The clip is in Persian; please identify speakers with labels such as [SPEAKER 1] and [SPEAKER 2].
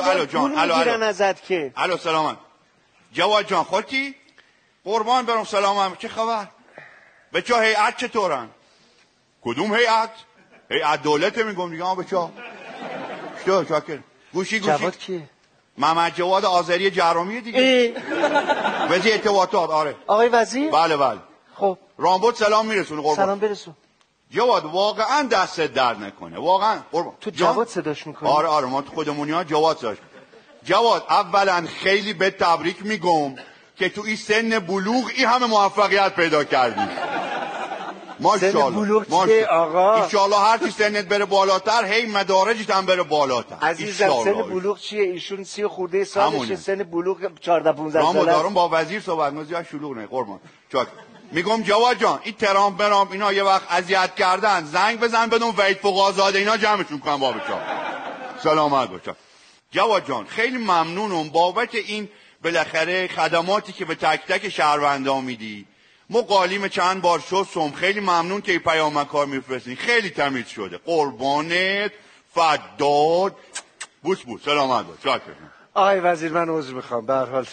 [SPEAKER 1] الو بله جان
[SPEAKER 2] پول
[SPEAKER 1] الو
[SPEAKER 2] خب، میگیرن
[SPEAKER 1] الو
[SPEAKER 2] ازت که
[SPEAKER 1] الو سلامم جواد جان خودتی قربان برم سلامم چه خبر به چه هیئت چطورن کدوم هیئت هیئت دولت میگم دیگه آه، به چه چطور شاکر گوشی گوشی
[SPEAKER 2] جواد کیه
[SPEAKER 1] محمد جواد آذری جرامی دیگه
[SPEAKER 2] ای
[SPEAKER 1] وزیر ارتباطات آره
[SPEAKER 2] آقای وزیر
[SPEAKER 1] بله بله
[SPEAKER 2] خب
[SPEAKER 1] رامبد سلام میرسونه قربان
[SPEAKER 2] سلام برسون
[SPEAKER 1] جواد واقعا دستت درد نکنه واقعا قربان
[SPEAKER 2] تو
[SPEAKER 1] جان؟
[SPEAKER 2] جواد صداش میکنی
[SPEAKER 1] آره آره ما تو خودمونی ها جواد داشت جواد اولا خیلی به تبریک میگم که تو این سن بلوغ این همه موفقیت پیدا کردی ماشاءالله
[SPEAKER 2] بلوغ چیه،
[SPEAKER 1] ماشاءالله.
[SPEAKER 2] آقا؟
[SPEAKER 1] ایشالله هر چی سنت بره بالاتر هی مدارجت هم بره بالاتر
[SPEAKER 2] عزیزم
[SPEAKER 1] ایشالله.
[SPEAKER 2] سن بلوغ چیه ایشون سی و خورده سالشه
[SPEAKER 1] همونه.
[SPEAKER 2] سن بلوغ 14 15
[SPEAKER 1] نام و
[SPEAKER 2] ساله
[SPEAKER 1] دارم
[SPEAKER 2] است.
[SPEAKER 1] با وزیر صحبت می‌کنم زیاد شلوغ نه قربان چاک میگم جواد جان این ترامپ برام اینا یه وقت اذیت کردن زنگ بزن بدون وید فوق آزاده اینا جمعشون کنم بابا چاک سلامت باش چاک. جواد جان خیلی ممنونم بابت این بالاخره خدماتی که به تک تک شهروندان میدی ما قالیم چند بار شستم خیلی ممنون که این پیامک ها میفرستین خیلی تمیز شده قربانت فداد بوس بوس سلامت باش چاکرم.
[SPEAKER 2] آقای وزیر من عذر میخوام به هر حال